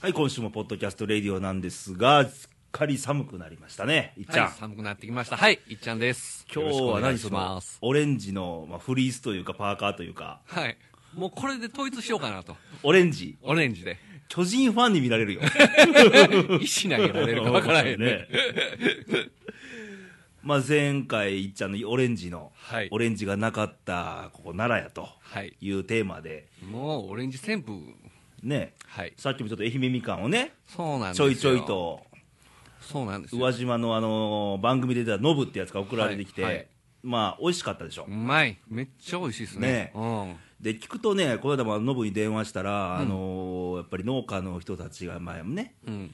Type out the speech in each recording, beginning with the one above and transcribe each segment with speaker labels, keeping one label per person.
Speaker 1: はい、今週もポッドキャストレディオなんですが、すっかり寒くなりましたね、いっちゃん。
Speaker 2: はい、寒くなってきました。はい、いっちゃんです。
Speaker 1: 今日は
Speaker 2: よろ
Speaker 1: 何
Speaker 2: し
Speaker 1: そ
Speaker 2: くお願い
Speaker 1: の
Speaker 2: します。
Speaker 1: オレンジの、まあ、フリースというかパーカーというか、
Speaker 2: はい。もうこれで統一しようかなと。
Speaker 1: オレンジ、
Speaker 2: オレ ンジで。
Speaker 1: 巨人ファンに見られるよ。
Speaker 2: 意思投げられるかわからへんね。。
Speaker 1: まあ前回、いっちゃんのオレンジの、
Speaker 2: はい
Speaker 1: オレンジがなかった、ここ奈良やと
Speaker 2: はい。
Speaker 1: いうテーマで、
Speaker 2: もうオレンジ旋風。
Speaker 1: ね、
Speaker 2: はい。
Speaker 1: さっきもちょっと愛媛みかんをね、
Speaker 2: そうなんです
Speaker 1: ちょ
Speaker 2: よ。
Speaker 1: いちょい。と、
Speaker 2: そうなんです
Speaker 1: 宇
Speaker 2: よ。
Speaker 1: 和島のあのー番組で出たノブってやつが送られてきて、
Speaker 2: はいはい
Speaker 1: まあ、美味しかったでしょ
Speaker 2: う。まい。めっちゃ美味しいですね
Speaker 1: ね。
Speaker 2: うん。
Speaker 1: で聞くとね、この間もあのノブに電話したら、あのーやっぱり農家の人たちが前もね、
Speaker 2: うん。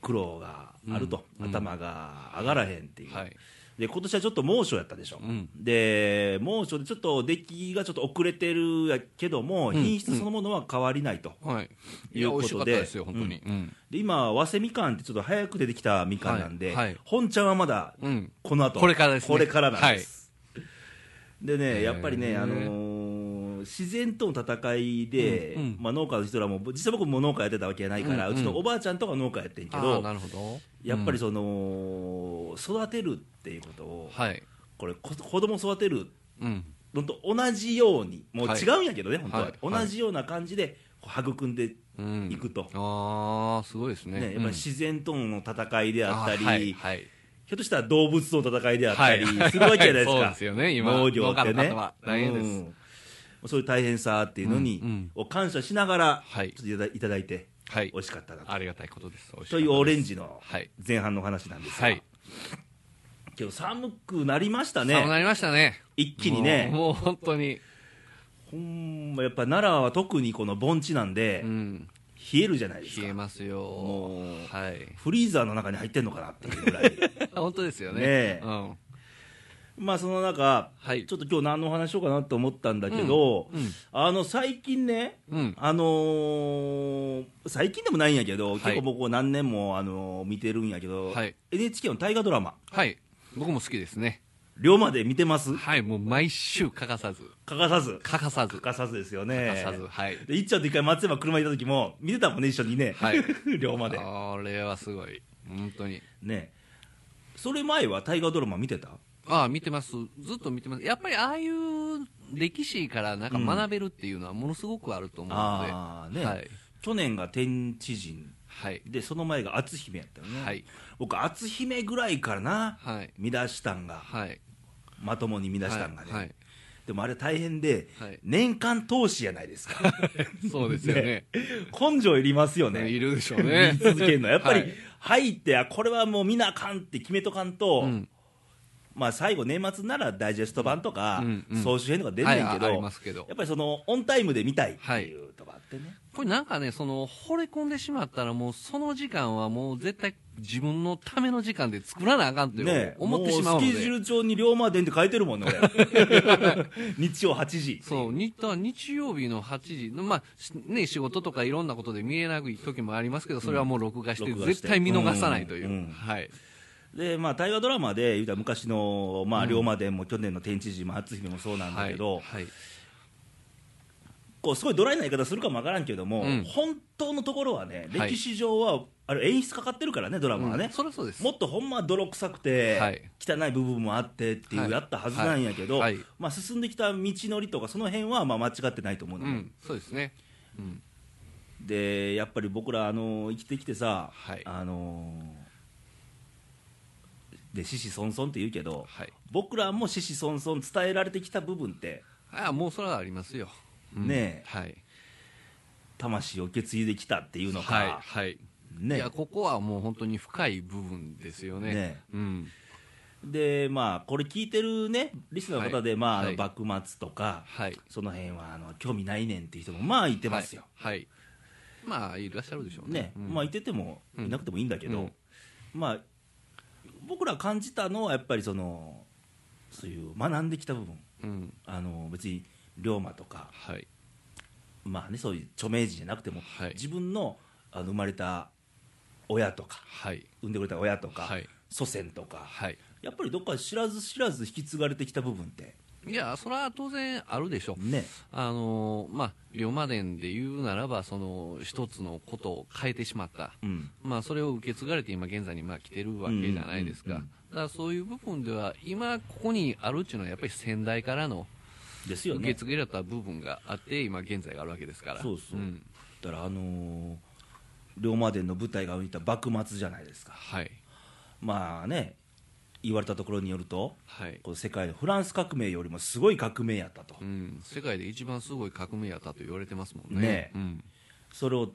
Speaker 1: 苦労があると、頭が上がらへんっていう、
Speaker 2: はい
Speaker 1: で今年はちょっと猛暑やったでしょ、
Speaker 2: ん
Speaker 1: で猛暑でちょっと出来がちょっと遅れてるやけども、品質そのものは変わりないと。
Speaker 2: はい。い
Speaker 1: い
Speaker 2: や、
Speaker 1: う
Speaker 2: 美
Speaker 1: ことで
Speaker 2: 味しかったですよ、本当に。うん。
Speaker 1: で今、早生みかんってちょっと早く出てきたみかんなんで、
Speaker 2: はいはい
Speaker 1: 本ちゃんはまだ
Speaker 2: うん。
Speaker 1: この後
Speaker 2: これからですね
Speaker 1: これからなんです、でねやっぱりね、
Speaker 2: へー
Speaker 1: あのー自然との戦いで、
Speaker 2: うんうん
Speaker 1: まあ、農家の人らも実際僕も農家やってたわけじゃないから、
Speaker 2: う
Speaker 1: うん
Speaker 2: うん
Speaker 1: ちのおばあちゃんとか農家やってんけ
Speaker 2: あ
Speaker 1: ど
Speaker 2: ーなるほど。
Speaker 1: やっぱり
Speaker 2: そ
Speaker 1: その、育てるっていうことを、
Speaker 2: はい。
Speaker 1: これこ子供育てる
Speaker 2: うん。
Speaker 1: のと同じようにもう
Speaker 2: はい
Speaker 1: 違うんやけどね、本当は、
Speaker 2: はいはい
Speaker 1: 同じような感じでこう育んで
Speaker 2: うん。
Speaker 1: いくと、
Speaker 2: ああ、すごいですね。
Speaker 1: ね、やっぱり自然との戦いで
Speaker 2: うん
Speaker 1: あったり、
Speaker 2: あーはい。はい。
Speaker 1: ひょっとしたら動物との戦いであったりするわけじゃないですか、
Speaker 2: そうですよね、今。
Speaker 1: 農業って
Speaker 2: 農家
Speaker 1: ね
Speaker 2: の方は大変です。
Speaker 1: うんそういう大変さっていうのに、
Speaker 2: うんうん
Speaker 1: を感謝しながら、
Speaker 2: はい
Speaker 1: ちょっといただいて
Speaker 2: はい
Speaker 1: 美。味しかったなと,、
Speaker 2: ありがたいことです。美味しか
Speaker 1: と
Speaker 2: った
Speaker 1: い
Speaker 2: です
Speaker 1: うオレンジの
Speaker 2: はい。
Speaker 1: 前半のお話なんですが、
Speaker 2: はい。
Speaker 1: 今日寒くなりました
Speaker 2: そうな
Speaker 1: ね
Speaker 2: りましたね。
Speaker 1: 一気にね
Speaker 2: もうもう本当に。
Speaker 1: ほんまやっぱ奈良は特にこの盆地なんで、
Speaker 2: うん。
Speaker 1: 冷えるじゃないですか
Speaker 2: 冷えますよ。
Speaker 1: もう
Speaker 2: はい。
Speaker 1: フリーザーの中に入ってんのかなっていうぐらい
Speaker 2: 本当ですよね。
Speaker 1: ねえ
Speaker 2: うん。
Speaker 1: まあその中、
Speaker 2: はい
Speaker 1: ちょっと今日何のお話しようかなと思ったんだけど、
Speaker 2: うんうん
Speaker 1: あの最近ね
Speaker 2: うん。
Speaker 1: あのー最近でもないんやけど、
Speaker 2: い
Speaker 1: 結構僕、何年も、あのー見てるんやけど、
Speaker 2: はい
Speaker 1: NHK の大河ドラマ、
Speaker 2: はい。僕も好きですね。
Speaker 1: 龍馬で見てます、
Speaker 2: はい。もう毎週欠かさず。
Speaker 1: 欠かさず、
Speaker 2: 欠かさず。
Speaker 1: 欠
Speaker 2: 欠
Speaker 1: かさずですよね、
Speaker 2: かさず。はい。
Speaker 1: でいっちゃんと一回、松山、車行った時も、見てたもんね、一緒にね、
Speaker 2: はい
Speaker 1: 龍馬で、
Speaker 2: あれはすごい。本当に。
Speaker 1: ね、それ前は大河ドラマ見てた
Speaker 2: ああ、見てます。ずっと見てます。やっぱりああいう歴史からなんか学べるっていうのはものすごくあると思うので。
Speaker 1: あーね、
Speaker 2: はい。
Speaker 1: 去年が天地人
Speaker 2: はい。
Speaker 1: で、その前が篤姫やったよね、
Speaker 2: はい。
Speaker 1: 僕、篤姫ぐらいからな、
Speaker 2: はい。
Speaker 1: 見出したんが、
Speaker 2: はい。
Speaker 1: まともに見出したんがね。
Speaker 2: はい。
Speaker 1: でもあれ大変で、
Speaker 2: はい
Speaker 1: 年間投資やないですか
Speaker 2: そうですよね。
Speaker 1: 根性いりますよ
Speaker 2: い
Speaker 1: ね
Speaker 2: るでしょうね。
Speaker 1: 見続けるのやっぱり、
Speaker 2: はい
Speaker 1: 入ってあこれはもう見なあかんって決めとかんと、
Speaker 2: うん
Speaker 1: まあ、最後年末ならダイジェスト版とか、
Speaker 2: うんうん
Speaker 1: 総集編とか出んねんけど、
Speaker 2: はいあありますけど
Speaker 1: やっぱりそのオンタイムで見たいっていうとかあってね、
Speaker 2: これなんかね、その、惚れ込んでしまったらもうその時間はもう絶対自分のための時間で作らなあかんって
Speaker 1: ね
Speaker 2: 思ってしまうの
Speaker 1: も
Speaker 2: で。
Speaker 1: スケジュール帳に龍馬伝って書いてるもんね俺 日曜8時
Speaker 2: そう、日だから日曜日の8時、まあ、しね、仕事とかいろんなことで見えなくい時もありますけど、それはもう録画して、
Speaker 1: 録画して
Speaker 2: 絶対見逃さないという。
Speaker 1: うんうん
Speaker 2: はい。
Speaker 1: でまあ大河ドラマで言うたら昔の、まあ、龍馬伝も去年の天地人も篤姫もそうなんだけど、
Speaker 2: はい。はい
Speaker 1: こうすごいドライな言い方するかもわからんけども、
Speaker 2: うん
Speaker 1: 本当のところはね、
Speaker 2: はい
Speaker 1: 歴史上は、あれ、演出かかってるからね、ドラマは
Speaker 2: う
Speaker 1: ね
Speaker 2: ん、そりゃそうです。
Speaker 1: もっとほんまは泥臭くて、
Speaker 2: はい
Speaker 1: 汚い部分もあってっていう、
Speaker 2: はい
Speaker 1: やったはずなんやけど、
Speaker 2: はいはい
Speaker 1: まあ、進んできた道のりとか、その辺はまあ間違ってないと思う
Speaker 2: う
Speaker 1: のよ、
Speaker 2: ん、そうですね。うん。
Speaker 1: でやっぱり僕ら、あの生きてきてさ、
Speaker 2: はい
Speaker 1: あので獅子孫孫って言うけど、
Speaker 2: はい。
Speaker 1: 僕らも獅子孫孫伝えられてきた部分って、
Speaker 2: ああ、もうそれはありますよ。うん
Speaker 1: ねえ
Speaker 2: はい。
Speaker 1: 魂を受け継いできたっていうのか、
Speaker 2: はい、はい。い
Speaker 1: ね
Speaker 2: や、ここはもう本当に深い部分ですよね。
Speaker 1: ね
Speaker 2: うん。
Speaker 1: でまあこれ聞いてるねリスナーの方で、
Speaker 2: はい
Speaker 1: まあ、
Speaker 2: はい
Speaker 1: あの幕末とか、
Speaker 2: はい。
Speaker 1: その辺はあの興味ないねんっていう人もまあいてますよ、
Speaker 2: はい。はいまあ、いらっしゃるでしょうね
Speaker 1: ね。
Speaker 2: うん
Speaker 1: まあいてても
Speaker 2: うん
Speaker 1: いなくてもいいんだけど、
Speaker 2: うん
Speaker 1: まあ僕ら感じたのはやっぱりそのそういう学んできた部分
Speaker 2: うん。
Speaker 1: あの別に龍馬とか
Speaker 2: はい。
Speaker 1: まあねそういう著名人じゃなくても、
Speaker 2: はい
Speaker 1: 自分のあの生まれた親とか
Speaker 2: はい。
Speaker 1: 産んでくれた親とか、
Speaker 2: はい。
Speaker 1: 祖先とか
Speaker 2: はい。
Speaker 1: やっぱりどっか知らず知らず引き継がれてきた部分って
Speaker 2: いや、それは当然あるでしょう。
Speaker 1: ね
Speaker 2: あのーまあ、龍馬伝で言うならば、その、一つのことを変えてしまった。
Speaker 1: うん
Speaker 2: まあ、それを受け継がれて今現在にまあ来てるわけじゃないですか。
Speaker 1: うんうんうん
Speaker 2: だからそういう部分では、今ここにあるっていうのはやっぱり先代からの
Speaker 1: ですよ
Speaker 2: 受け
Speaker 1: ね
Speaker 2: 継げられた部分があって、今現在があるわけですから。
Speaker 1: そうそう、
Speaker 2: ん
Speaker 1: だからあのー龍馬伝の舞台が見た幕末じゃないですか
Speaker 2: はい。
Speaker 1: まあね言われたところによると
Speaker 2: はい。
Speaker 1: この世界のフランス革命よりもすごい革命やったと、
Speaker 2: うん。世界で一番すごい革命やったと言われてますもんね。
Speaker 1: ね
Speaker 2: うん。
Speaker 1: それを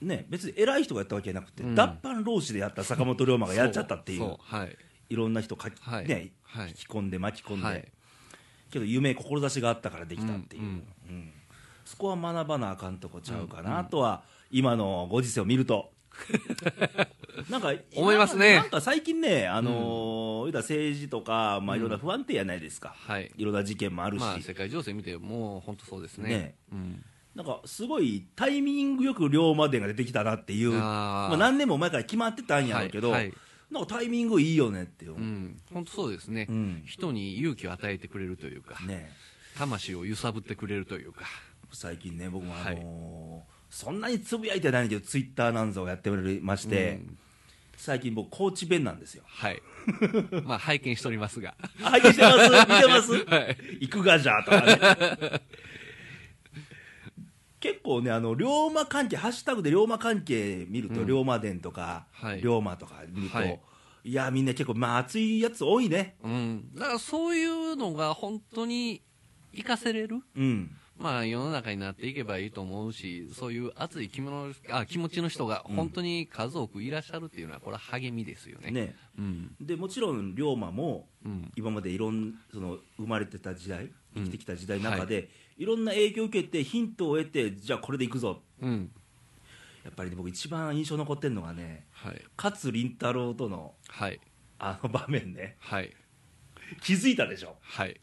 Speaker 1: ね別に偉い人がやったわけじゃなくて、
Speaker 2: うん
Speaker 1: 脱藩浪士でやった坂本龍馬がやっちゃったっていう
Speaker 2: そそはい。
Speaker 1: いろんな人かき、
Speaker 2: はい
Speaker 1: ね
Speaker 2: はい
Speaker 1: 引き込んで巻き込んで、
Speaker 2: はい
Speaker 1: けど夢志があったからできたっていう、
Speaker 2: う
Speaker 1: うんんそこは学ばなあかんとこちゃうかな、あとは今のご時世を見る となんか
Speaker 2: 思いますね
Speaker 1: なんかなんか最近ね、あのー言うたら政治とか、まあ、いろんな不安定やないですか、
Speaker 2: はい。
Speaker 1: いろんな事件もあるし、
Speaker 2: まあ、世界情勢見てもう本当そうですね。
Speaker 1: ね
Speaker 2: うん。
Speaker 1: なんかすごいタイミングよく龍馬伝が出てきたなっていう、
Speaker 2: あー
Speaker 1: まあ、何年も前から決まってたんやろうけど、
Speaker 2: はいはい
Speaker 1: なんかタイミングいいよねっていう、
Speaker 2: うん、本当そうですね、
Speaker 1: うん
Speaker 2: 人に勇気を与えてくれるというか、
Speaker 1: ね
Speaker 2: 魂を揺さぶってくれるというか、
Speaker 1: 最近ね、僕も、あのー
Speaker 2: はい
Speaker 1: そんなにつぶやいてないけど、ツイッターなんぞをやっておりまして、
Speaker 2: うん
Speaker 1: 最近僕、高知弁なんですよ。
Speaker 2: はい、まあ拝見しておりますが、
Speaker 1: あ拝見してます、見てます、
Speaker 2: はい
Speaker 1: 行くがじゃとかね。 結構ね、あの龍馬関係、ハッシュタグで龍馬関係見ると、龍馬伝とか、
Speaker 2: はい
Speaker 1: 龍馬とか見ると、
Speaker 2: はい
Speaker 1: い、や、みんな結構、まあ、熱いやつ多いね、
Speaker 2: うん、だからそういうのが本当に活かせれる、
Speaker 1: うん、
Speaker 2: まあ、世の中になっていけばいいと思うし、そういう熱い気持ちあ気持ちの人が本当に数多くいらっしゃるっていうのは、これは励みですよね。
Speaker 1: ね
Speaker 2: うん
Speaker 1: でもちろん龍馬も、
Speaker 2: うん
Speaker 1: 今までいろんその生まれてた時代、生きてきた時代の中で、い、ろんな影響を受けて、ヒントを得て、じゃあこれでいくぞ、
Speaker 2: うん
Speaker 1: やっぱりね、僕、一番印象残ってるのがね、
Speaker 2: はい
Speaker 1: 勝倫太郎との
Speaker 2: はい
Speaker 1: あの場面ね、
Speaker 2: はい
Speaker 1: 気づいたでしょ、
Speaker 2: はい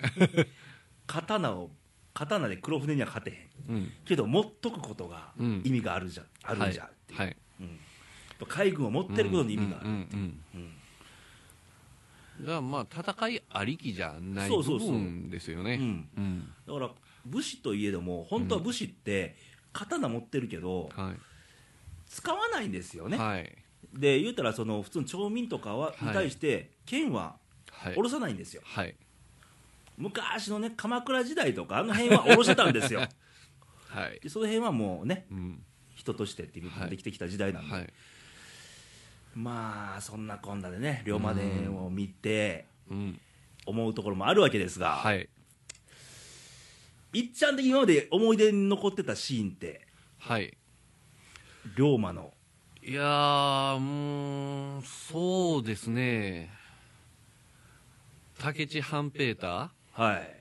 Speaker 1: 刀を、刀で黒船には勝てへん、
Speaker 2: うん
Speaker 1: けど、持っとくことが
Speaker 2: うん
Speaker 1: 意味があるじゃん、 あるんじゃんっていう、
Speaker 2: はいはい
Speaker 1: うん海軍を持ってることに意味がある。
Speaker 2: うんうんうんうんじゃあまあ戦いありきじゃない
Speaker 1: そ
Speaker 2: 部
Speaker 1: うそうそう
Speaker 2: 分ですよね
Speaker 1: うん
Speaker 2: うん
Speaker 1: だから武士といえども本当は武士って刀持ってるけど、
Speaker 2: は
Speaker 1: 使わないんですよ
Speaker 2: い、
Speaker 1: ね、
Speaker 2: はい
Speaker 1: で言うたらその普通の町民とかは、
Speaker 2: はい
Speaker 1: に対して剣は
Speaker 2: はい
Speaker 1: 下ろさないんですよ、
Speaker 2: はい
Speaker 1: 昔のね鎌倉時代とかあの辺は下ろしてたん ですよ
Speaker 2: はい
Speaker 1: でその辺はもうね
Speaker 2: うん
Speaker 1: 人としてっていう部分
Speaker 2: はい
Speaker 1: できてきた時代なんで、
Speaker 2: はい
Speaker 1: まあそんなこんなでね龍馬伝を見て
Speaker 2: うん
Speaker 1: 思うところもあるわけですが、
Speaker 2: はい
Speaker 1: い、っちゃん的に今まで思い出に残ってたシーンって
Speaker 2: はい
Speaker 1: 龍馬の
Speaker 2: いやーもうそうですね武智半平太
Speaker 1: はい、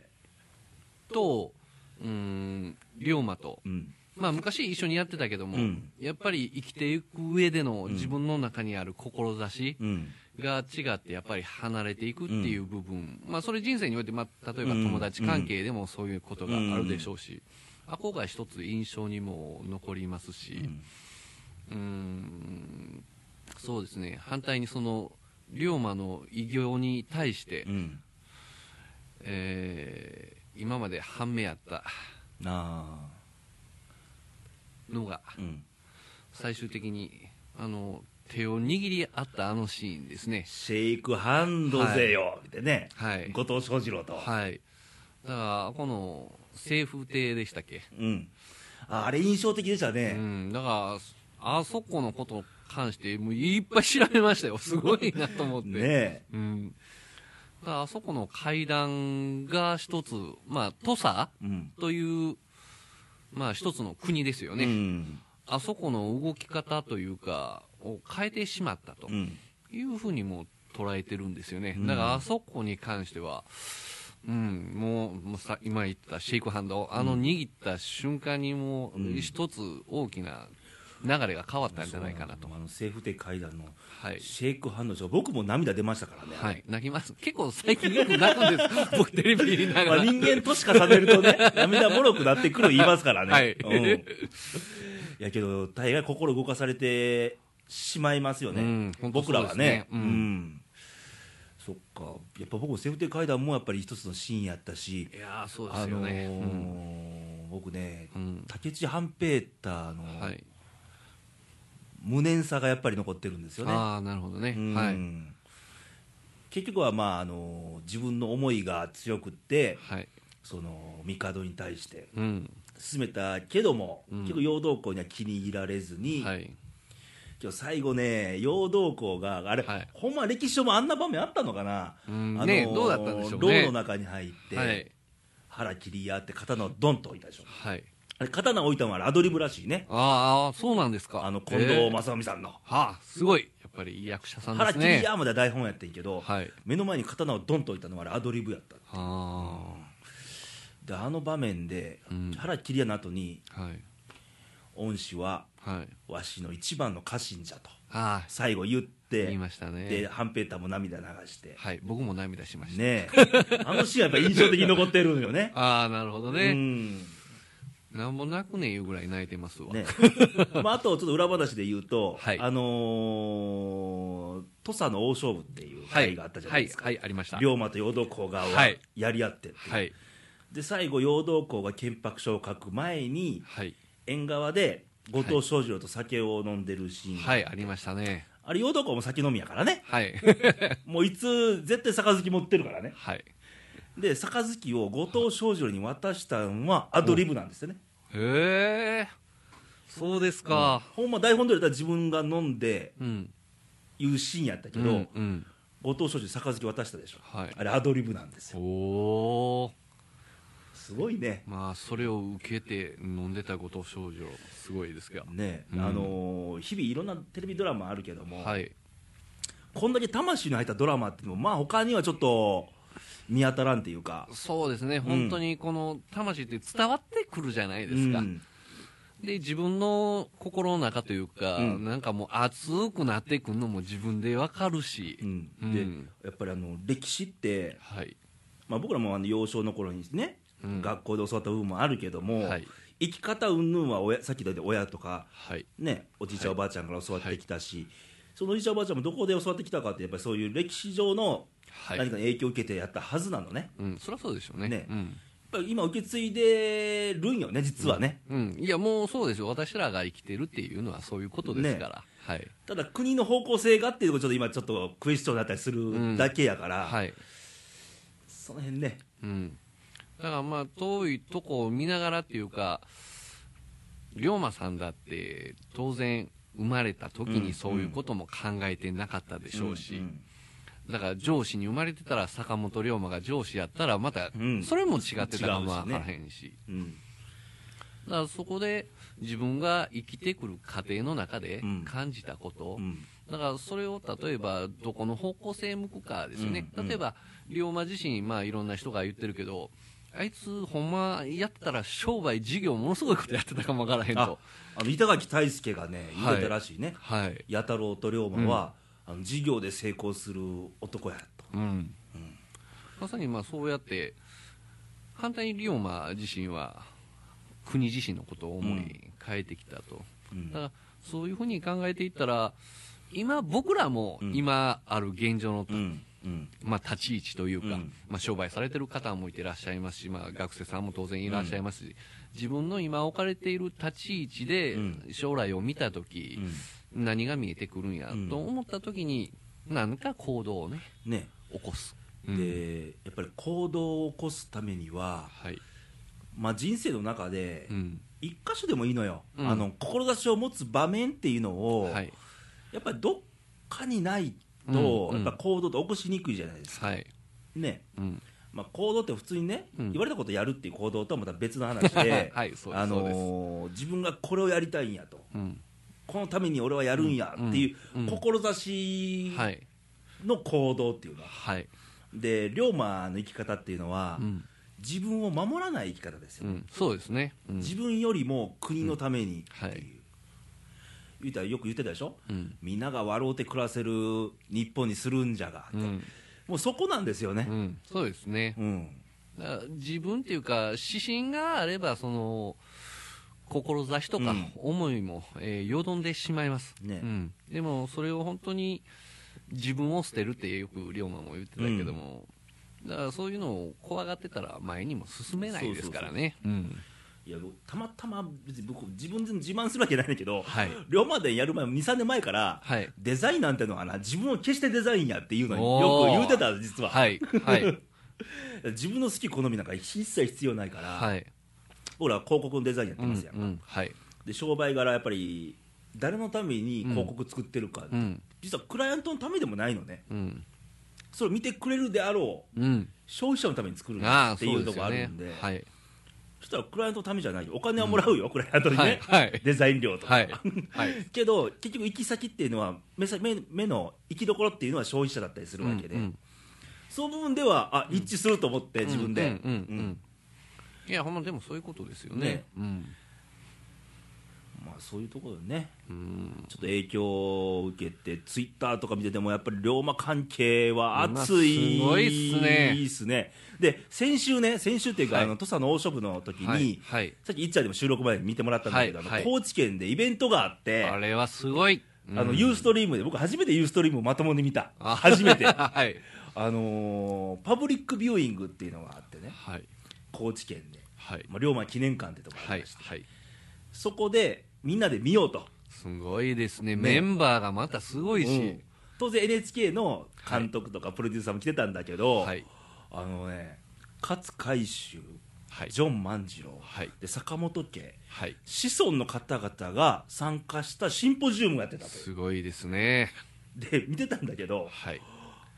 Speaker 2: とうーん龍馬と
Speaker 1: うん、
Speaker 2: まあ、昔一緒にやってたけども、
Speaker 1: うん
Speaker 2: やっぱり生きていく上での自分の中にある志
Speaker 1: うん、
Speaker 2: が違ってやっぱり離れていくっていう部分、まあ、それ人生において、まあ、例えば友達関係でもそういうことがあるでしょうし、あこが一つ印象にも残りますし、うーん、そうですね、反対にその、龍馬の偉業に対して、
Speaker 1: うん、
Speaker 2: えー今まで半目やった
Speaker 1: な
Speaker 2: のが、
Speaker 1: あ、うん、
Speaker 2: 最終的にあの手を握り合ったあのシーンですね
Speaker 1: シェイクハンドぜよ、ってね、
Speaker 2: はい
Speaker 1: 後藤翔二郎と、
Speaker 2: はいだからこの西風亭でしたっけ、
Speaker 1: うん、ああれ印象的でした
Speaker 2: う
Speaker 1: ね、
Speaker 2: んだからあそこのことに関してもういっぱい調べましたよすごいなと思って
Speaker 1: ねえ
Speaker 2: うんだからあそこの階段が一つまあ土佐
Speaker 1: うん
Speaker 2: というまあ一つの国ですよね、
Speaker 1: うん
Speaker 2: あそこの動き方というかを変えてしまったと、
Speaker 1: うん
Speaker 2: いうふうにも捉えてるんですよね、
Speaker 1: うん
Speaker 2: だからあそこに関しては、うん、もうもうさ今言ったシェイクハンド、あの握った瞬間にもう
Speaker 1: うん
Speaker 2: 一つ大きな流れが変わったんじゃないかなと、
Speaker 1: そうあのセーフティ階段の
Speaker 2: はい、
Speaker 1: シェイクハンドでしょ僕も涙出ましたからね、
Speaker 2: はい、泣きます、結構最近よく泣く んです、僕、テレビ見
Speaker 1: ま
Speaker 2: なが
Speaker 1: あ、
Speaker 2: ら、
Speaker 1: 人間年重ねると ね涙もろくなってくる言いますからね、
Speaker 2: はい
Speaker 1: うん、いやけど大概心動かされてしまいますよね、
Speaker 2: うん本当
Speaker 1: 僕らはね
Speaker 2: そうですねうん
Speaker 1: うんそっかやっぱ僕もセーフティー階段もやっぱり一つのシーンやったし
Speaker 2: いやーそうで
Speaker 1: あ
Speaker 2: すよ
Speaker 1: の
Speaker 2: ね、
Speaker 1: ー
Speaker 2: うん
Speaker 1: 僕ね
Speaker 2: うん
Speaker 1: 竹内半平太の
Speaker 2: はい、
Speaker 1: 無念さがやっぱり残ってるんですよね、
Speaker 2: ああなるほどね、
Speaker 1: うん
Speaker 2: はい
Speaker 1: 結局は、まあ、あの自分の思いが強くって
Speaker 2: はい
Speaker 1: その帝に対して
Speaker 2: うん
Speaker 1: 進めたけども、
Speaker 2: うん
Speaker 1: 結局陽動校には気に入られずに、
Speaker 2: はい
Speaker 1: 今日最後ね陽動校があれ、
Speaker 2: はい
Speaker 1: ほんま歴史上もあんな場面あったのかな、
Speaker 2: うん
Speaker 1: あの
Speaker 2: ねどうだったんでしょうね
Speaker 1: 牢の中に入って、
Speaker 2: はい
Speaker 1: 腹切り合って刀をドンと置いたでしょ
Speaker 2: はい
Speaker 1: あれ刀置いたのはあれアドリブらしいね
Speaker 2: あーあーそうなんですか
Speaker 1: あの近藤
Speaker 2: えー
Speaker 1: 正臣さんの、
Speaker 2: はあすごいやっぱりいい役者さんで
Speaker 1: 腹
Speaker 2: す
Speaker 1: 切り
Speaker 2: ね
Speaker 1: 合うまでは台本やってんけど、
Speaker 2: はい
Speaker 1: 目の前に刀をドンと置いたのはあれアドリブやった
Speaker 2: あ
Speaker 1: であの場面で、
Speaker 2: うん
Speaker 1: 腹切り屋の後に
Speaker 2: あはい
Speaker 1: 恩師は
Speaker 2: はい
Speaker 1: わしの一番の家臣じゃと
Speaker 2: ああ
Speaker 1: 最後言って
Speaker 2: 言いました
Speaker 1: で
Speaker 2: ね
Speaker 1: 半平太も涙流して
Speaker 2: はい僕も涙しました、
Speaker 1: ねえ あのシーンはやっぱ印象的に残ってるんよね
Speaker 2: あ あなるほど
Speaker 1: う
Speaker 2: ね、
Speaker 1: ん
Speaker 2: なんもなくね言うぐらい泣いてますわ、
Speaker 1: ね まあ、あとちょっと裏話で言うと、
Speaker 2: はい
Speaker 1: あのー土佐の大勝負っていう
Speaker 2: はい
Speaker 1: 会があったじゃないですか、
Speaker 2: はい、はい、ありました
Speaker 1: 龍馬と陽道校が
Speaker 2: はい
Speaker 1: やり合ってっていう
Speaker 2: はい
Speaker 1: で最後陽道校が剣白書を書く前に
Speaker 2: はい
Speaker 1: 縁側で後藤翔二郎と酒を飲んでるシーン、
Speaker 2: はいありましたね
Speaker 1: あれ陽道校も酒飲みやからね
Speaker 2: はい
Speaker 1: もういつ絶対杯持ってるからね
Speaker 2: はい
Speaker 1: で杯を後藤翔二郎に渡したんはアドリブなんですよね
Speaker 2: へえそうですか
Speaker 1: ほんま台本通りだったら自分が飲んで
Speaker 2: うん
Speaker 1: いうシーンやったけ
Speaker 2: う
Speaker 1: ど、
Speaker 2: ん、うん、
Speaker 1: 後藤翔二郎に杯渡したでしょ
Speaker 2: はい
Speaker 1: あれアドリブなんですよ
Speaker 2: おお
Speaker 1: すごいね
Speaker 2: まあそれを受けて飲んでた後藤少女すごいですけど
Speaker 1: ね、
Speaker 2: うん
Speaker 1: あのー日々いろんなテレビドラマあるけども、
Speaker 2: はい
Speaker 1: こんだけ魂の入ったドラマっていうのもまあ他にはちょっと見当たらんっていうか
Speaker 2: そうですね本当にこの魂って伝わってくるじゃないですか、
Speaker 1: うん
Speaker 2: で自分の心の中というか、
Speaker 1: うん
Speaker 2: なんかもう熱くなってくるのも自分でわかるし、
Speaker 1: うん
Speaker 2: うん
Speaker 1: でやっぱりあの歴史って、
Speaker 2: はい
Speaker 1: まあ、僕らもあの幼少の頃にね、
Speaker 2: うん
Speaker 1: 学校で教わった部分もあるけども、
Speaker 2: はい
Speaker 1: 生き方云々は親さっき言ったように親とか、
Speaker 2: はい
Speaker 1: ね、おじいちゃん、
Speaker 2: はい
Speaker 1: おばあちゃんから教わってきたし、そのおじいちゃんおばあちゃんもどこで教わってきたかってやっぱりそういう歴史上の
Speaker 2: はい
Speaker 1: 何かの影響を受けてやったはずなのね、やっ
Speaker 2: うんそりゃそうでしょうね
Speaker 1: ね
Speaker 2: うん
Speaker 1: ぱり今受け継いでるんよね実はね、
Speaker 2: うん、いやもうそうですよ私らが生きてるっていうのはそういうことですから、はい
Speaker 1: ただ国の方向性がっていうのがちょっと今ちょっとクエスチョンになったりするだけやから、
Speaker 2: はい
Speaker 1: その辺ね
Speaker 2: うん、だからまあ遠いとこを見ながらっていうか龍馬さんだって当然生まれた時
Speaker 1: うん
Speaker 2: にそういうことも考えてなかったでしょうし、
Speaker 1: うん
Speaker 2: だから上司に生まれてたら坂本龍馬が上司やったらまた
Speaker 1: うん
Speaker 2: それも違ってたかもわからへんし,、
Speaker 1: うん
Speaker 2: だからそこで自分が生きてくる過程の中で
Speaker 1: うん
Speaker 2: 感じたこと、
Speaker 1: うん
Speaker 2: だからそれを例えばどこの方向性向くかですよね、
Speaker 1: うんうん
Speaker 2: 例えば龍馬自身、まあ、いろんな人が言ってるけどあいつほんまやったら商売事業ものすごいことやってたかもわからへん
Speaker 1: あ
Speaker 2: と
Speaker 1: あの板垣退助がね言ってたらしいね、
Speaker 2: はい、
Speaker 1: 弥太郎と龍馬は、あの事業で成功する男やと
Speaker 2: うんまさにまあそうやって反対に龍馬自身は国自身のことを思い変えてきたと、
Speaker 1: うん
Speaker 2: だからそういうふうに考えていったら今僕らも
Speaker 1: うん
Speaker 2: 今ある現状の
Speaker 1: うんうん
Speaker 2: まあ、立ち位置というか、
Speaker 1: うん
Speaker 2: まあ、商売されてる方もいてらっしゃいますし、まあ、学生さんも当然いらっしゃいますし、自分の今置かれている立ち位置で
Speaker 1: うん
Speaker 2: 将来を見たとき、何が見えてくるんや
Speaker 1: うん
Speaker 2: と思ったときに、何か行動をね、
Speaker 1: ね
Speaker 2: 起こす。うん
Speaker 1: でやっぱり行動を起こすためには、
Speaker 2: はい。
Speaker 1: まあ、人生の中で
Speaker 2: うん。
Speaker 1: 一箇所でもいいのよ、
Speaker 2: うん
Speaker 1: あの志を持つ場面っていうのを、
Speaker 2: はい。
Speaker 1: やっぱりどっかにないと、
Speaker 2: うんうん
Speaker 1: やっぱ行動って起こしにくいじゃないですか、
Speaker 2: はい。
Speaker 1: ね
Speaker 2: うん。
Speaker 1: まあ、行動って普通にね、
Speaker 2: うん
Speaker 1: 言われたことやるっていう行動とはまた別の話で、
Speaker 2: はいそうです
Speaker 1: あのー自分がこれをやりたいんやと、
Speaker 2: うん。
Speaker 1: このために俺はやるんやっていう
Speaker 2: うんうん
Speaker 1: 志
Speaker 2: はい。
Speaker 1: の行動っていうか、
Speaker 2: はい。
Speaker 1: で龍馬の生き方っていうのは、
Speaker 2: うん。
Speaker 1: 自分を守らない生き方です
Speaker 2: う
Speaker 1: よ、
Speaker 2: ん。そうですね。うん。
Speaker 1: 自分よりも国のためにっていう、
Speaker 2: うんはい
Speaker 1: 言うたらよく言ってたでしょ、
Speaker 2: うん。
Speaker 1: みんなが笑うて暮らせる日本にするんじゃがって、
Speaker 2: うん。
Speaker 1: もうそこなんですよね
Speaker 2: う、ん。そうですね。
Speaker 1: うん
Speaker 2: だから自分っていうか指針があればその志と
Speaker 1: う
Speaker 2: か
Speaker 1: ん
Speaker 2: 思いも、えーよどんでしまいます、
Speaker 1: ね
Speaker 2: うんでもそれを本当に自分を捨てるってよく龍馬も言ってたけども、だからそういうのを怖がってたら前にも進めないですからねうん
Speaker 1: いや僕たまたま別に僕自分で自慢するわけないんだけど、
Speaker 2: はい
Speaker 1: 龍馬伝やる前23年前から、
Speaker 2: はい
Speaker 1: デザインなんてのはな自分を消してデザインやっていうのに
Speaker 2: お
Speaker 1: よ
Speaker 2: ー
Speaker 1: く言うてた実は、
Speaker 2: はい はい
Speaker 1: 自分の好き好みなんか一切必要ないから、
Speaker 2: はい
Speaker 1: 僕ら広告のデザインやって
Speaker 2: う
Speaker 1: ますやんか、
Speaker 2: んうんはい
Speaker 1: で商売柄やっぱり誰のために広告作ってるか、
Speaker 2: うん
Speaker 1: 実はクライアントのためでもないのね
Speaker 2: うん
Speaker 1: それを見てくれるであろう
Speaker 2: うん
Speaker 1: 消費者のために作る
Speaker 2: ああ
Speaker 1: って
Speaker 2: そ
Speaker 1: いうう
Speaker 2: で
Speaker 1: と
Speaker 2: す
Speaker 1: こ
Speaker 2: よ
Speaker 1: ある
Speaker 2: ね
Speaker 1: んで
Speaker 2: はい
Speaker 1: そしたらクライアントのためじゃないよお金はもらうよ、クライアントにね、
Speaker 2: はいはい
Speaker 1: デザイン料とか、
Speaker 2: はいはい
Speaker 1: けど結局行き先っていうのは目さ目目の行きどころっていうのは消費者だったりするわけで、
Speaker 2: うんうん
Speaker 1: その部分ではあ一致すると思って、自分で、
Speaker 2: うんうんうんう
Speaker 1: うん
Speaker 2: んいやほんまでもそういうことですよ
Speaker 1: ね
Speaker 2: ねうん
Speaker 1: まあ、そういうところでね
Speaker 2: うん
Speaker 1: ちょっと影響を受けてツイッターとか見ててもやっぱり龍馬関係は熱い
Speaker 2: うんすごいっすね
Speaker 1: いいっすねで先週ね先週っていうか、
Speaker 2: はい
Speaker 1: あの土佐の大勝負の時に、
Speaker 2: はいはい
Speaker 1: さっきいっちゃんでも収録前に見てもらったんだけど、
Speaker 2: はい
Speaker 1: あの
Speaker 2: はい
Speaker 1: 高知県でイベントがあって
Speaker 2: あれはすごい
Speaker 1: あのユーストリームで僕初めてユーストリームをまともに見た
Speaker 2: あ
Speaker 1: 初めて
Speaker 2: はい
Speaker 1: あのーパブリックビューイングっていうのがあってね
Speaker 2: はい
Speaker 1: 高知県で、
Speaker 2: はい
Speaker 1: まあ、龍馬記念館ってとこがあ
Speaker 2: は
Speaker 1: り
Speaker 2: い
Speaker 1: まして、
Speaker 2: はい
Speaker 1: そこでみんなで見ようと、
Speaker 2: すごいですね
Speaker 1: ね
Speaker 2: メンバーがまたすご
Speaker 1: う
Speaker 2: い
Speaker 1: ん
Speaker 2: し
Speaker 1: 当然 NHK の監督とかプロデューサーも来てたんだけど、
Speaker 2: はい
Speaker 1: あのね勝海舟、
Speaker 2: はい
Speaker 1: ジョン万次郎、
Speaker 2: はい
Speaker 1: で坂本家
Speaker 2: はい
Speaker 1: 子孫の方々が参加したシンポジウムをやってたという
Speaker 2: すごいですね
Speaker 1: で見てたんだけど
Speaker 2: はい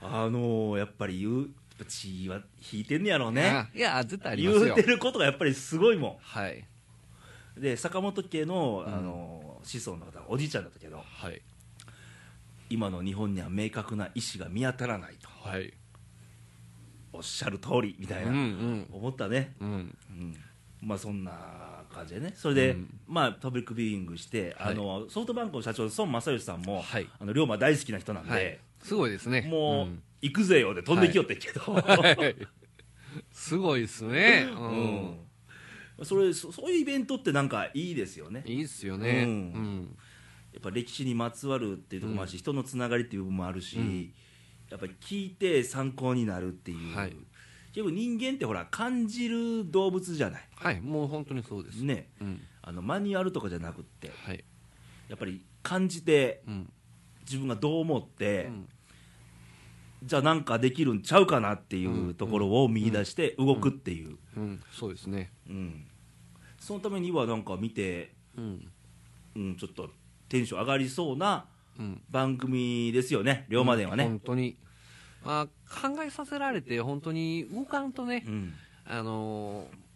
Speaker 1: あのーやっぱり言うやっぱ血は引いてんねやろうね
Speaker 2: あいや絶対あり
Speaker 1: 言
Speaker 2: ます
Speaker 1: う
Speaker 2: よ
Speaker 1: てることがやっぱりすごいも
Speaker 2: はい
Speaker 1: んで坂本家の、あのー子孫の方がおじいちゃんだったけど
Speaker 2: はい
Speaker 1: 今の日本には明確な意思が見当たらないと
Speaker 2: はい
Speaker 1: おっしゃる通りみたい
Speaker 2: うん
Speaker 1: な、
Speaker 2: うん
Speaker 1: 思ったね、
Speaker 2: うん
Speaker 1: うんまあそんな感じでねそれで、
Speaker 2: うん
Speaker 1: まあパブリックビューイングして、
Speaker 2: はい
Speaker 1: あのソフトバンクの社長孫正義さんも、
Speaker 2: はい
Speaker 1: あの龍馬大好きな人なんで、
Speaker 2: はいすごいですね
Speaker 1: もう、
Speaker 2: ん
Speaker 1: 行くぜよで飛んできよってんけど、
Speaker 2: はいすごいですね う
Speaker 1: うんんそれそそういうイベントってなんかいいですよね
Speaker 2: いいっすよね
Speaker 1: う
Speaker 2: うんん
Speaker 1: やっぱ歴史にまつわるっていうところもあるし、人のつながりっていう部分もあるし、
Speaker 2: うん
Speaker 1: やっぱり聞いて参考になるっていう、
Speaker 2: はい
Speaker 1: 結構人間ってほら感じる動物じゃない
Speaker 2: はいもう本当にそうです
Speaker 1: ね
Speaker 2: うん
Speaker 1: あのマニュアルとかじゃなくって
Speaker 2: はい
Speaker 1: やっぱり感じて
Speaker 2: うん
Speaker 1: 自分がどう思って、
Speaker 2: うん
Speaker 1: じゃあなんかできるんちゃうかなってい
Speaker 2: んう
Speaker 1: うんところを見出して動くっていう、
Speaker 2: うんそうですね
Speaker 1: うんそのためにはなんか見て、
Speaker 2: うん
Speaker 1: うん、ちょっとテンション上がりそうな
Speaker 2: うん
Speaker 1: 番組ですよね龍馬伝はね、
Speaker 2: 本当に、まあ、考えさせられて本当に動かんとね、
Speaker 1: うん
Speaker 2: あのー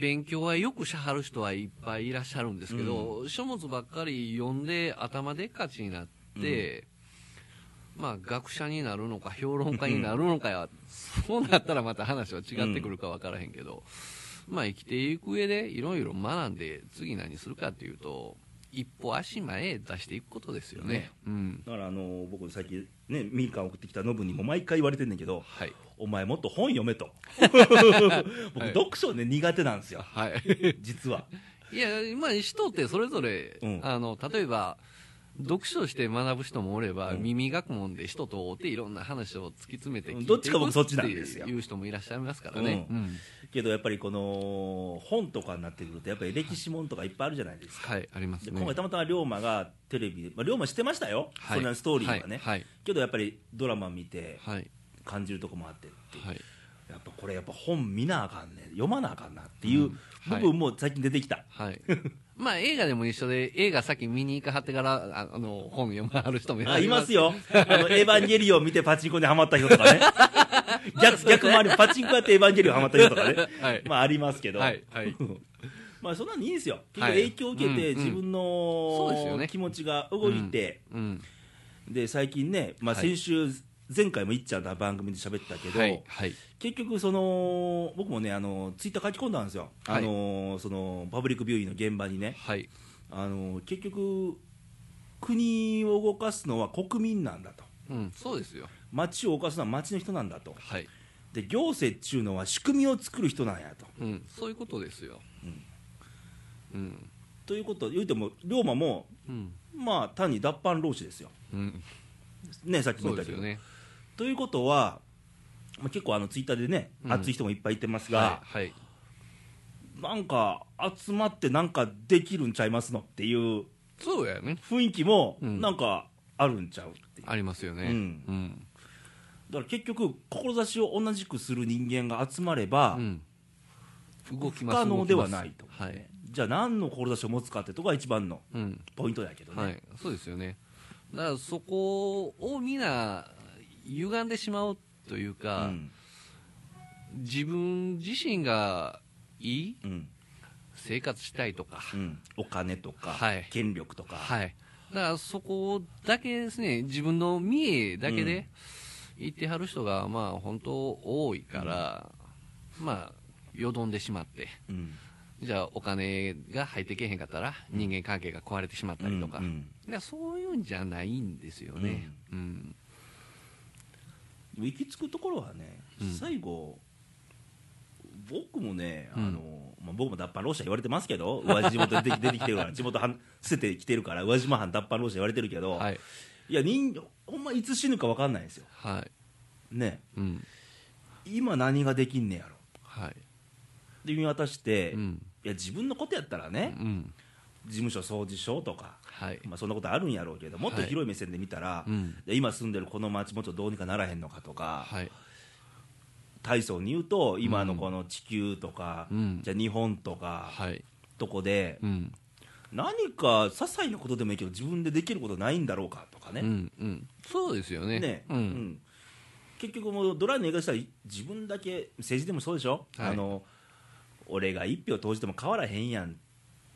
Speaker 2: 勉強はよくしはる人はいっぱいいらっしゃるんですけど、書物ばっかり読んで頭でっかちになって、まあ学者になるのか評論家になるのかや、そうなったらまた話は違ってくるか分からへんけど、まあ生きていく上でいろいろ学んで次何するかっていうと一歩足前へ出していくことですよね。
Speaker 1: ね
Speaker 2: うん、
Speaker 1: だからあの僕最近ね民間送ってきたノブにも毎回言われてんねんけど
Speaker 2: はい
Speaker 1: お前もっと本読 めと僕
Speaker 2: はい
Speaker 1: 読書ね苦手なんですよ
Speaker 2: はい
Speaker 1: 実は、
Speaker 2: いや、まあ、人ってそれぞれ、
Speaker 1: うん
Speaker 2: あの、例えば、読書して学ぶ人もおれば、
Speaker 1: うん
Speaker 2: 耳学問で人と会っていろんな話を突き詰めて聞いていく
Speaker 1: どっちか僕そっちなんですよ
Speaker 2: っていう人もいらっしゃいますからね。
Speaker 1: うん
Speaker 2: うん
Speaker 1: けどやっぱりこの本とかになってくるとやっぱり歴史本とかいっぱいあるじゃないですか、
Speaker 2: はい、あります
Speaker 1: で
Speaker 2: ね。
Speaker 1: 今回たまたま龍馬がテレビで、まあ、龍馬知ってましたよ、そんなストーリーはね、
Speaker 2: はい、
Speaker 1: けどやっぱりドラマ見て
Speaker 2: はい、はい。
Speaker 1: 感じるとこもあってっていう
Speaker 2: はい
Speaker 1: やっぱこれやっぱ本見なあかんね読まなあかんなっていう
Speaker 2: うんは
Speaker 1: 部
Speaker 2: い
Speaker 1: 分も最近出てきた、
Speaker 2: はい。まあ、映画でも一緒で、映画先見に行かはってから、ああの、本読まはる人もいらっ
Speaker 1: あ
Speaker 2: しゃ
Speaker 1: います
Speaker 2: よ。
Speaker 1: よあのエヴァンゲリオン見てパチンコにはまった人と かね逆逆もあるパチンコやってエヴァンゲリオンはまった人とかね、
Speaker 2: はい
Speaker 1: まあありますけど、
Speaker 2: はい、はい。
Speaker 1: まあそんなのいいんですよ結局
Speaker 2: はい
Speaker 1: 影響を受け
Speaker 2: うんう
Speaker 1: て
Speaker 2: ん
Speaker 1: 自分
Speaker 2: そうですよ
Speaker 1: の
Speaker 2: ね
Speaker 1: 気持ちが動いて、
Speaker 2: うん。
Speaker 1: で最近ね、まあ、
Speaker 2: は
Speaker 1: 先
Speaker 2: い
Speaker 1: 週、前回もいっちゃんの番組で喋ったけど、
Speaker 2: はい、はい。
Speaker 1: 結局その僕もねあのツイッター書き込んだんですよ、
Speaker 2: はい
Speaker 1: あのそのパブリックビューイングの現場にね
Speaker 2: はい。
Speaker 1: あの結局国を動かすのは国民なんだと
Speaker 2: うん、そうですよ。
Speaker 1: 町を動かすのは町の人なんだと
Speaker 2: はい。
Speaker 1: で行政っちゅうのは仕組みを作る人なんやと
Speaker 2: うん、そういうことですよ。うん。
Speaker 1: ということを言うても龍馬も
Speaker 2: うん。
Speaker 1: まあ単に脱藩浪士ですよ
Speaker 2: うん。
Speaker 1: ね、さっき
Speaker 2: そ
Speaker 1: も言っ
Speaker 2: うで
Speaker 1: た
Speaker 2: す
Speaker 1: けど。
Speaker 2: よね。
Speaker 1: ということは、まあ、結構あのツイッターでね、
Speaker 2: うん
Speaker 1: 熱い人もいっぱいいてます
Speaker 2: は
Speaker 1: が、
Speaker 2: い、はい。
Speaker 1: なんか集まってなんかできるんちゃいますのっていう
Speaker 2: そうやね。
Speaker 1: 雰囲気も、
Speaker 2: うん
Speaker 1: なんかあるんちゃうっていう。
Speaker 2: ありますよね。
Speaker 1: うん
Speaker 2: うん。
Speaker 1: だから結局、志を同じくする人間が集まれば、
Speaker 2: うん動き
Speaker 1: 不
Speaker 2: ます
Speaker 1: 可能ではないと
Speaker 2: 動き、ますはい。
Speaker 1: じゃあ何の志を持つかってとこが一番の
Speaker 2: うん。
Speaker 1: ポイントだけどね、
Speaker 2: はい、そうですよね。だからそこを皆、歪んでしまうという
Speaker 1: う
Speaker 2: か、
Speaker 1: ん
Speaker 2: 自分自身がいい
Speaker 1: うん
Speaker 2: 生活したいとか、
Speaker 1: うん、お金とか、
Speaker 2: はい
Speaker 1: 権力とか、
Speaker 2: はい。だからそこだけですね、自分の見栄だけで言ってはる人が、まあ本当多いから、まあ、よどんでしまって、
Speaker 1: うん
Speaker 2: じゃあお金が入ってけへんかったら、人間関係が壊れてしまったりとか、
Speaker 1: うんうん
Speaker 2: だからそういうんじゃないんですよね。うん
Speaker 1: でも行き着くところはね、
Speaker 2: うん
Speaker 1: 最後僕もね、
Speaker 2: うん
Speaker 1: あのまあ、僕も脱藩浪者言われてますけど宇和地元で出て出てきて るから地元はん捨ててきてるから宇和島藩脱藩浪者言われてるけど、、
Speaker 2: はいい。
Speaker 1: や人ほんまいつ死ぬか分かんないんですよ
Speaker 2: はい。
Speaker 1: ね
Speaker 2: うん。
Speaker 1: 今何ができんねやろ
Speaker 2: はい。
Speaker 1: で見渡して、
Speaker 2: うん。
Speaker 1: いや自分のことやったら
Speaker 2: う
Speaker 1: ね、
Speaker 2: ん。
Speaker 1: 事務所掃除しようとか、
Speaker 2: はい。
Speaker 1: まあ、そんなことあるんやろうけどもっと
Speaker 2: はい
Speaker 1: 広い目線で見たら、
Speaker 2: うん。
Speaker 1: で今住んでるこの町もっとどうにかならへんのかとか、
Speaker 2: はい。
Speaker 1: 大層に言うと今のこの地球とか、
Speaker 2: うん
Speaker 1: じゃあ日本とか、
Speaker 2: はい。
Speaker 1: とこで
Speaker 2: うん。
Speaker 1: 何か些細なことでもいいけど自分でできることないんだろうかとか
Speaker 2: う
Speaker 1: ね,、
Speaker 2: ん。うん。そうですよね。
Speaker 1: ね
Speaker 2: う。
Speaker 1: うんん結局もうドライに描かしたら自分だけ政治でもそうでしょ、
Speaker 2: はい
Speaker 1: あの俺が一票投じても変わらへんやんっ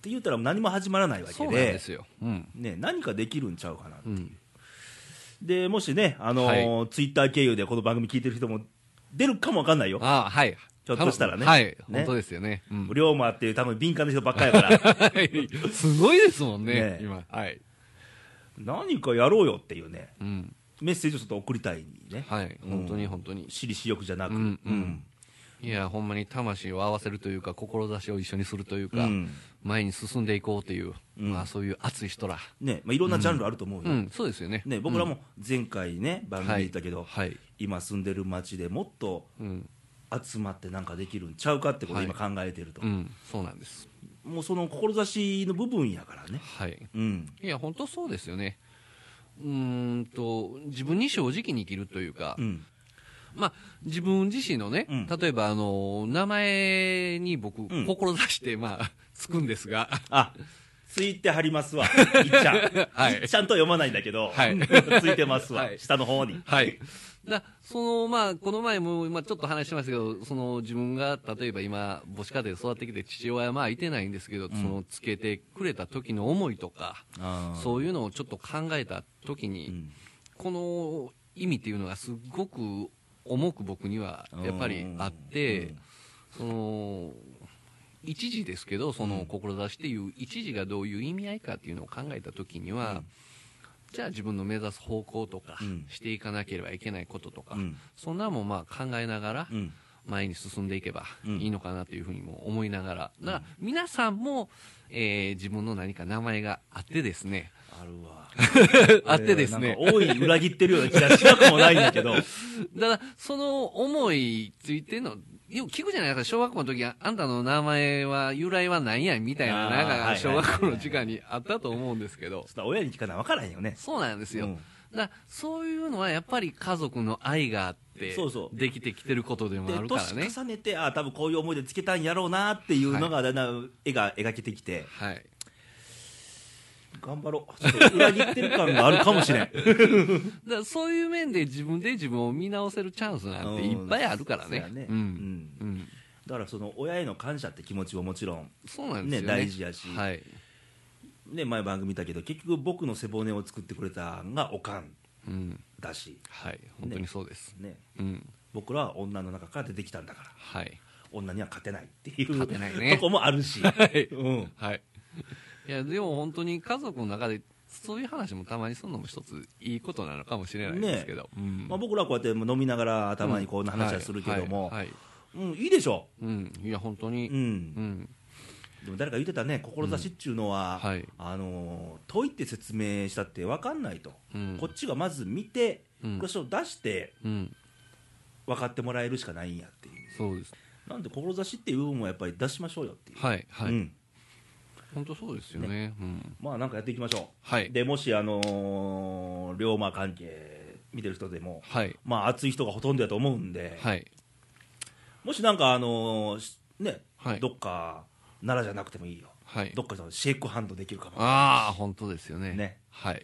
Speaker 1: て言ったら何も始まらないわけ
Speaker 2: そう
Speaker 1: で
Speaker 2: なんですよ。うん。
Speaker 1: ね、何かできるんちゃうかな
Speaker 2: うん。
Speaker 1: でもしね、あのーツイッター経由でこの番組聞いてる人も出るかもわかんないよ、
Speaker 2: ああ、はい。
Speaker 1: ちょっとしたらね
Speaker 2: はい。
Speaker 1: ね
Speaker 2: 本当ですよね。うん。
Speaker 1: 龍馬っていう、多分敏感な人ばっかりやから、
Speaker 2: はいすごいですもんね
Speaker 1: ね、
Speaker 2: 今。はい。
Speaker 1: 何かやろうよっていうね、
Speaker 2: うん。
Speaker 1: メッセージをちょっと送りたいね、
Speaker 2: はい。
Speaker 1: うん
Speaker 2: 本当に本当に。
Speaker 1: 私利私欲じゃなく、
Speaker 2: うんうんいや、ほんまに魂を合わせるというか、志を一緒にするという
Speaker 1: うん
Speaker 2: か、前に進んでいこうという、
Speaker 1: うん
Speaker 2: まあそういう熱い人ら。
Speaker 1: ねまあ、いろんなジャンルあると思うよ、
Speaker 2: うん、そうですよね。
Speaker 1: ね、僕らも前回ね、番組で言ったけど、
Speaker 2: はい。はい。
Speaker 1: 今住んでる町でもっと
Speaker 2: うん。
Speaker 1: 集まってなんかできるんちゃうかってことを今考えてると、
Speaker 2: うん。そうなんです。
Speaker 1: もうその志の部分やからね。
Speaker 2: はい、
Speaker 1: うん
Speaker 2: いや、本当そうですよね。うーんと自分に正直に生きるというか、
Speaker 1: うん
Speaker 2: まあ、自分自身のね、
Speaker 1: うん
Speaker 2: 例えば、あの名前に僕、
Speaker 1: ん
Speaker 2: 志して、まあ、 つくんで すが、
Speaker 1: あ、ついて貼り ますわ。いっちゃん。
Speaker 2: はい
Speaker 1: いっちゃんとは読まないんだけど、
Speaker 2: はい
Speaker 1: ついてますわ。
Speaker 2: はい
Speaker 1: 下の方に。
Speaker 2: はい、だそのまあこの前も、まあ、ちょっと話しましたけど、その自分が例えば今、母子家庭で育ってきて、父親はまあいてないんですけど、そのつけてくれた時の思いとか、そういうのをちょっと考えた時に、
Speaker 1: うん
Speaker 2: この意味っていうのがすごく重く僕にはやっぱりあって、
Speaker 1: うん
Speaker 2: その一時ですけどその志っていう一時がどういう意味合いかっていうのを考えた時には、じゃあ自分の目指す方向とか、
Speaker 1: うん
Speaker 2: していかなければいけないこととか、
Speaker 1: うん
Speaker 2: そんなんもまあ考えながら
Speaker 1: うん。
Speaker 2: 前に進んでいけば
Speaker 1: うん
Speaker 2: いいのかなというふうにも思いながら、だから皆さんも、えー自分の何か名前があってですね
Speaker 1: あるわ。
Speaker 2: あってですね
Speaker 1: これはなんか大いに裏切ってるような気がしなくもないんだけ ど。
Speaker 2: だから、その思いついての、よく聞くじゃないですか、小学校の時ああんたの名前は、由来は何やみたいな、
Speaker 1: あーは
Speaker 2: なん
Speaker 1: いはい
Speaker 2: か、
Speaker 1: はい
Speaker 2: 小学校の時間にあったと思うんですけど、
Speaker 1: そしたら親に聞かない分からへんよね。
Speaker 2: そうなんですよ。
Speaker 1: うん
Speaker 2: だから、そういうのはやっぱり家族の愛があって、
Speaker 1: そうそう
Speaker 2: できてきてることでも
Speaker 1: で
Speaker 2: あるからね
Speaker 1: 年。重ねて、ああ、多分こういう思いでつけたんやろうなっていうのが、だんだん絵が描けてきて、
Speaker 2: はい。
Speaker 1: 頑張ろう、ちょっと裏切ってる感があるかもしれ ん。
Speaker 2: だから、そういう面で自分で自分を見直せるチャンスなんていっぱいあるからね。
Speaker 1: そうやね
Speaker 2: う。
Speaker 1: うんん
Speaker 2: うん。
Speaker 1: だから、その親への感謝って気持ちももちろん、
Speaker 2: そうなんですよね。
Speaker 1: ね大事やし
Speaker 2: はい。
Speaker 1: ね、前番組だけど結局僕の背骨を作ってくれたんがおかん
Speaker 2: うん。
Speaker 1: だし、
Speaker 2: はい。本当にそうです。
Speaker 1: ね、
Speaker 2: うん。
Speaker 1: 僕らは女の中から出てきたんだから
Speaker 2: はい。
Speaker 1: 女には勝てないっていう
Speaker 2: 勝てないね
Speaker 1: とこもある し、
Speaker 2: い
Speaker 1: うん、
Speaker 2: はい。いや、でも本当に家族の中で、そういう話もたまにするのも一ついいことなのかもしれないですけど。うん
Speaker 1: まあ、僕らはこうやって飲みながら頭にこんな話はするけども、
Speaker 2: はい。はいはい
Speaker 1: うんいいでしょ
Speaker 2: うん。いや、本当
Speaker 1: う、
Speaker 2: に、
Speaker 1: うん
Speaker 2: うん。
Speaker 1: でも誰か言ってたね、志っちゅうのは、
Speaker 2: うんはい
Speaker 1: あのー解いて説明したって分かんないと、
Speaker 2: うん
Speaker 1: こっちがまず見て、
Speaker 2: うん
Speaker 1: これを出して
Speaker 2: うん、
Speaker 1: 分かってもらえるしかないんやっていう、
Speaker 2: そうです。
Speaker 1: なんで、志っていう部分はやっぱり出しましょうよっていう、
Speaker 2: はい、はい。
Speaker 1: うん、
Speaker 2: 本当そうですよね。うん。
Speaker 1: まあなんかやっていきましょう、
Speaker 2: はい
Speaker 1: でもし、あのー龍馬関係見てる人でも、
Speaker 2: はい。
Speaker 1: まあ、熱い人がほとんどやと思うんで、
Speaker 2: はい。
Speaker 1: もしなんか、あのーしね
Speaker 2: はい
Speaker 1: どっか奈良じゃなくてもいいよ、
Speaker 2: はい
Speaker 1: ど。っかのシェイクハンドできるかも、
Speaker 2: ああ、本当ですよね。
Speaker 1: ね。
Speaker 2: はい。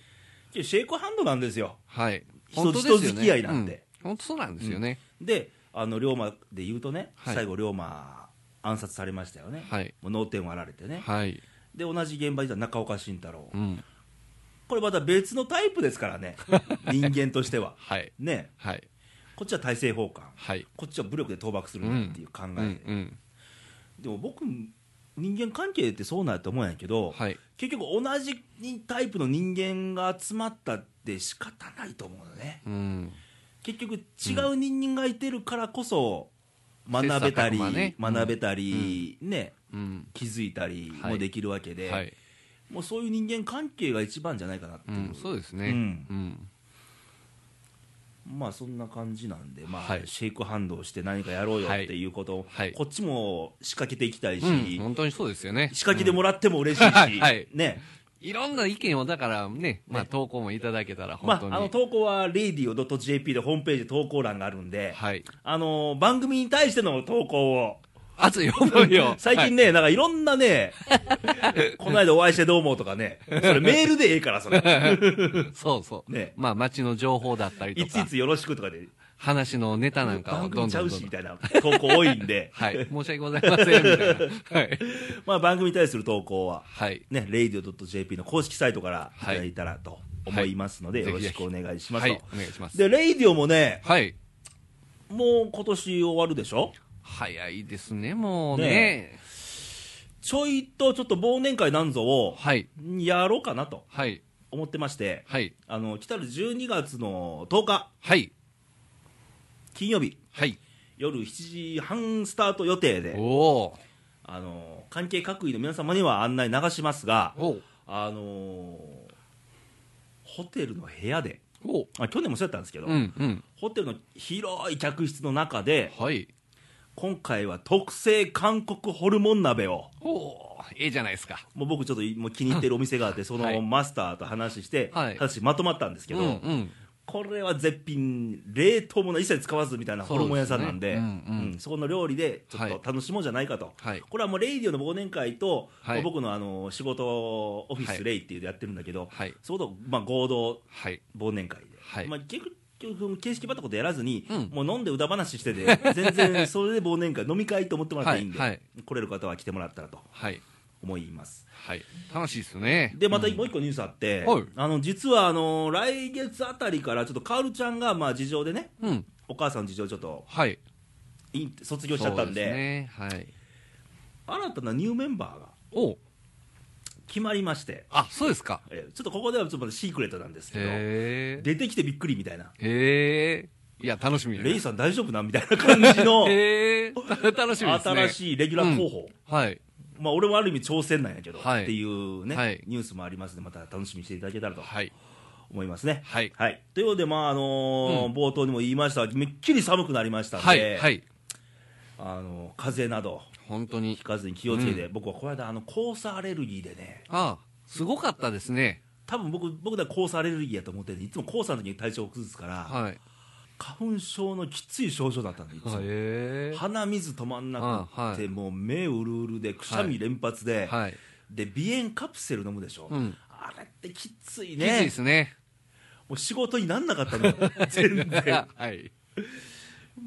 Speaker 1: シェイクハンドなんですよ。
Speaker 2: はい。
Speaker 1: 人
Speaker 2: 本当ですよね
Speaker 1: 人付き合いなんで。
Speaker 2: う本当そうなんですよね。
Speaker 1: であの龍馬で言うとね、
Speaker 2: はい
Speaker 1: 最後龍馬暗殺されましたよね、
Speaker 2: はい
Speaker 1: もう脳天割られてね、
Speaker 2: はい。
Speaker 1: で同じ現場にいた中岡慎太郎、
Speaker 2: うん。
Speaker 1: これまた別のタイプですから ね人間としては
Speaker 2: はい。
Speaker 1: ね
Speaker 2: はい。
Speaker 1: こっちは体制奉還
Speaker 2: はい。
Speaker 1: こっちは武力で倒幕するんだっていう考え、
Speaker 2: うん。うん。
Speaker 1: でも僕人間関係ってそうなんやと思うんやけど、
Speaker 2: はい。
Speaker 1: 結局同じタイプの人間が集まったって仕方ないと思うのね
Speaker 2: うん。
Speaker 1: 結局違う人間がいてるからこそ学べたり、
Speaker 2: 切磋琢磨ねうん
Speaker 1: 学べたり、ね
Speaker 2: うん。
Speaker 1: 気づいたり
Speaker 2: はい
Speaker 1: もできるわけで、
Speaker 2: はい。
Speaker 1: もうそういう人間関係が一番じゃないかなって
Speaker 2: う
Speaker 1: いう、
Speaker 2: ん。そうですね。
Speaker 1: う
Speaker 2: うんん。
Speaker 1: まあそんな感じなんで、まあ
Speaker 2: はい
Speaker 1: シェイクハンドをして何かやろうよっ
Speaker 2: はい
Speaker 1: ていうことを、
Speaker 2: はい
Speaker 1: こっちも仕掛けていきたいし、
Speaker 2: うん。本当にそうですよね。
Speaker 1: 仕掛けてもらっても嬉しいし、
Speaker 2: はいはい
Speaker 1: ね
Speaker 2: いろんな意見をだからね、まあ
Speaker 1: ね
Speaker 2: 投稿もいただけたら
Speaker 1: ま
Speaker 2: 本当に。
Speaker 1: あ、あの投稿は radio.jp でホームページ投稿欄があるんで、
Speaker 2: はい。
Speaker 1: あの番組に対しての投稿を。
Speaker 2: 熱い思いを。
Speaker 1: 最近ね、なんかいろんなね、 この間お会いしてどうもとかね、それメールでええから、それ。
Speaker 2: はいそうそう。
Speaker 1: ね
Speaker 2: まあ街の情報だったりと
Speaker 1: いつい
Speaker 2: か、
Speaker 1: つよろしくとかで、
Speaker 2: 話のネタなんかを
Speaker 1: 番組
Speaker 2: どん
Speaker 1: ちゃ
Speaker 2: どん
Speaker 1: う
Speaker 2: どん
Speaker 1: しみ
Speaker 2: どん。
Speaker 1: たいな投稿多いんで、
Speaker 2: はい。申し訳ございません、みたいな。はい。
Speaker 1: まあ番組に対する投稿 は、
Speaker 2: はい。
Speaker 1: ね、radio.jp の公式サイトからい
Speaker 2: は
Speaker 1: た
Speaker 2: い
Speaker 1: だいたらと思いますので、
Speaker 2: はい
Speaker 1: よろしくお願いします
Speaker 2: は
Speaker 1: と。
Speaker 2: い。お願いします。
Speaker 1: で、radio もね、
Speaker 2: はい。
Speaker 1: もう今年終わるでしょ
Speaker 2: 早いですね、もうね。
Speaker 1: ねちょいとちょっと忘年会なんぞを
Speaker 2: はい。
Speaker 1: やろうかなと
Speaker 2: はい。
Speaker 1: 思ってまして、
Speaker 2: はい。
Speaker 1: あの、来たる12月の10日、
Speaker 2: はい。
Speaker 1: 金曜日、
Speaker 2: はい。
Speaker 1: 夜7時半スタート予定
Speaker 2: お
Speaker 1: で、
Speaker 2: お
Speaker 1: あの関係各位の皆様には案内流しますが
Speaker 2: ー。、おー
Speaker 1: あのホテルの部屋で、
Speaker 2: おー
Speaker 1: あ去年もそうやったんですけど、
Speaker 2: うん、うん。
Speaker 1: ホテルの広い客室の中で、
Speaker 2: はい。
Speaker 1: 今回は特製韓国ホルモン鍋を、
Speaker 2: おーええじゃないですか。
Speaker 1: もう僕、ちょっともう気に入ってるお店があって、そ
Speaker 2: は
Speaker 1: の
Speaker 2: い
Speaker 1: マスターと話して、
Speaker 2: はい
Speaker 1: 話まとまったんですけど、
Speaker 2: うん、うん。
Speaker 1: これは絶品、冷凍もの一切使わずみたいなホルモン屋さんなんで、
Speaker 2: そううですねうんうん
Speaker 1: んそこの料理でちょっと楽しもうじゃないかと、
Speaker 2: はい
Speaker 1: これはもう、レイディオの忘年会と、
Speaker 2: はい
Speaker 1: 僕のあの仕事、オフィ
Speaker 2: は
Speaker 1: ス
Speaker 2: い
Speaker 1: レイっていうのやってるんだけど、
Speaker 2: はい
Speaker 1: そこと、まあ、合同
Speaker 2: はい。
Speaker 1: 忘年会で、
Speaker 2: はい
Speaker 1: まあ、結局、形式ばったことやらずに、
Speaker 2: うん
Speaker 1: もう飲んで歌話して て、全然それで忘年会、飲み会と思ってもらっていいんで、
Speaker 2: はいはい
Speaker 1: 来れる方は来てもらったらと
Speaker 2: はい。
Speaker 1: 思います。
Speaker 2: はい。楽しいですね。
Speaker 1: でまたもう一個ニュースあって、
Speaker 2: はい
Speaker 1: あの実はあの来月あたりからちょっとカオルちゃんがまあ事情でね
Speaker 2: うん。
Speaker 1: お母さんの事情ちょっと
Speaker 2: はい。
Speaker 1: い卒業しちゃったん
Speaker 2: そう
Speaker 1: で
Speaker 2: ですね。はい。
Speaker 1: 新たなニューメンバーが
Speaker 2: おう
Speaker 1: 決まりまして、
Speaker 2: あ、そうですか。
Speaker 1: えーちょっとここではちょっとまだシークレットなんですけど
Speaker 2: へえ。
Speaker 1: 出てきてびっくりみたいな
Speaker 2: へえ。いや、楽しみ。
Speaker 1: レイさん大丈夫なんみたいな感 じの
Speaker 2: へえ。 楽しみですね。
Speaker 1: 新
Speaker 2: い。
Speaker 1: しいレギュラー候補、
Speaker 2: はい。
Speaker 1: まあ、俺もある意味挑戦なんやけど、
Speaker 2: はい
Speaker 1: っていうね、
Speaker 2: はい
Speaker 1: ニュースもありますのでまた楽しみにしていただけたらと
Speaker 2: はい。
Speaker 1: 思いますね。
Speaker 2: はい
Speaker 1: ということで、まああのー
Speaker 2: うん
Speaker 1: 冒頭にも言いましたがめっきり寒くなりましたんで、
Speaker 2: はい。はい。
Speaker 1: あの風邪など
Speaker 2: 本当に
Speaker 1: ひ。かずに気をつけて、
Speaker 2: う
Speaker 1: 僕はこの間あの黄砂アレルギーでね
Speaker 2: ああ、すごかったですね。
Speaker 1: 多分僕僕だ黄砂アレルギーやと思ってていつも黄砂の時に体調を崩すから、
Speaker 2: はい。
Speaker 1: 花粉症のきつい症状だったんでいつも、
Speaker 2: へ
Speaker 1: 鼻水止まんなくて、
Speaker 2: う
Speaker 1: もう目うるうるでくしゃみ連発で、
Speaker 2: え。はい。
Speaker 1: で鼻炎カプセル飲むでしょ、
Speaker 2: うん
Speaker 1: あれってきつい
Speaker 2: きついで
Speaker 1: ね
Speaker 2: すね。
Speaker 1: もう仕事になんなかった の全然
Speaker 2: はい。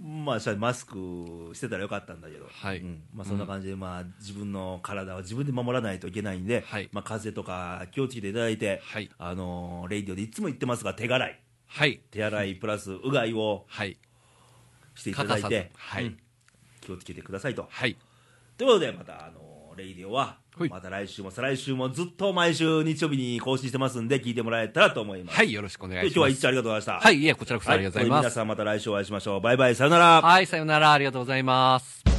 Speaker 1: まあしゃマスクしてたらよかったんだけど、
Speaker 2: はい
Speaker 1: うんまあ、そんな感じで、まあ、自分の体は自分で守らないといけないんで、
Speaker 2: はい
Speaker 1: まあ、風邪とか気をつけていただいて、
Speaker 2: はい
Speaker 1: あのーレイディオでいつも言ってますが手洗い
Speaker 2: はい。
Speaker 1: 手洗いプラスうがいを
Speaker 2: はい。
Speaker 1: していただいて
Speaker 2: 欠、かさずはい
Speaker 1: うん気をつけてくださいと。
Speaker 2: はい。
Speaker 1: ということでまた、あのーレイディオは
Speaker 2: はい
Speaker 1: また来週も再来週もずっと毎週日曜日に更新してますんで聞いてもらえたらと思います。
Speaker 2: はい。よろしくお願
Speaker 1: で
Speaker 2: い
Speaker 1: 今
Speaker 2: し
Speaker 1: 日は
Speaker 2: ま
Speaker 1: 一
Speaker 2: す。
Speaker 1: 致ありがとうございました。
Speaker 2: はい。いえ、こちらこそありがとうござい
Speaker 1: は
Speaker 2: ま
Speaker 1: 皆
Speaker 2: す。
Speaker 1: さんまた来週お会いしましょう。バイバイ、さよなら。
Speaker 2: はい。さようなら。ありがとうございます。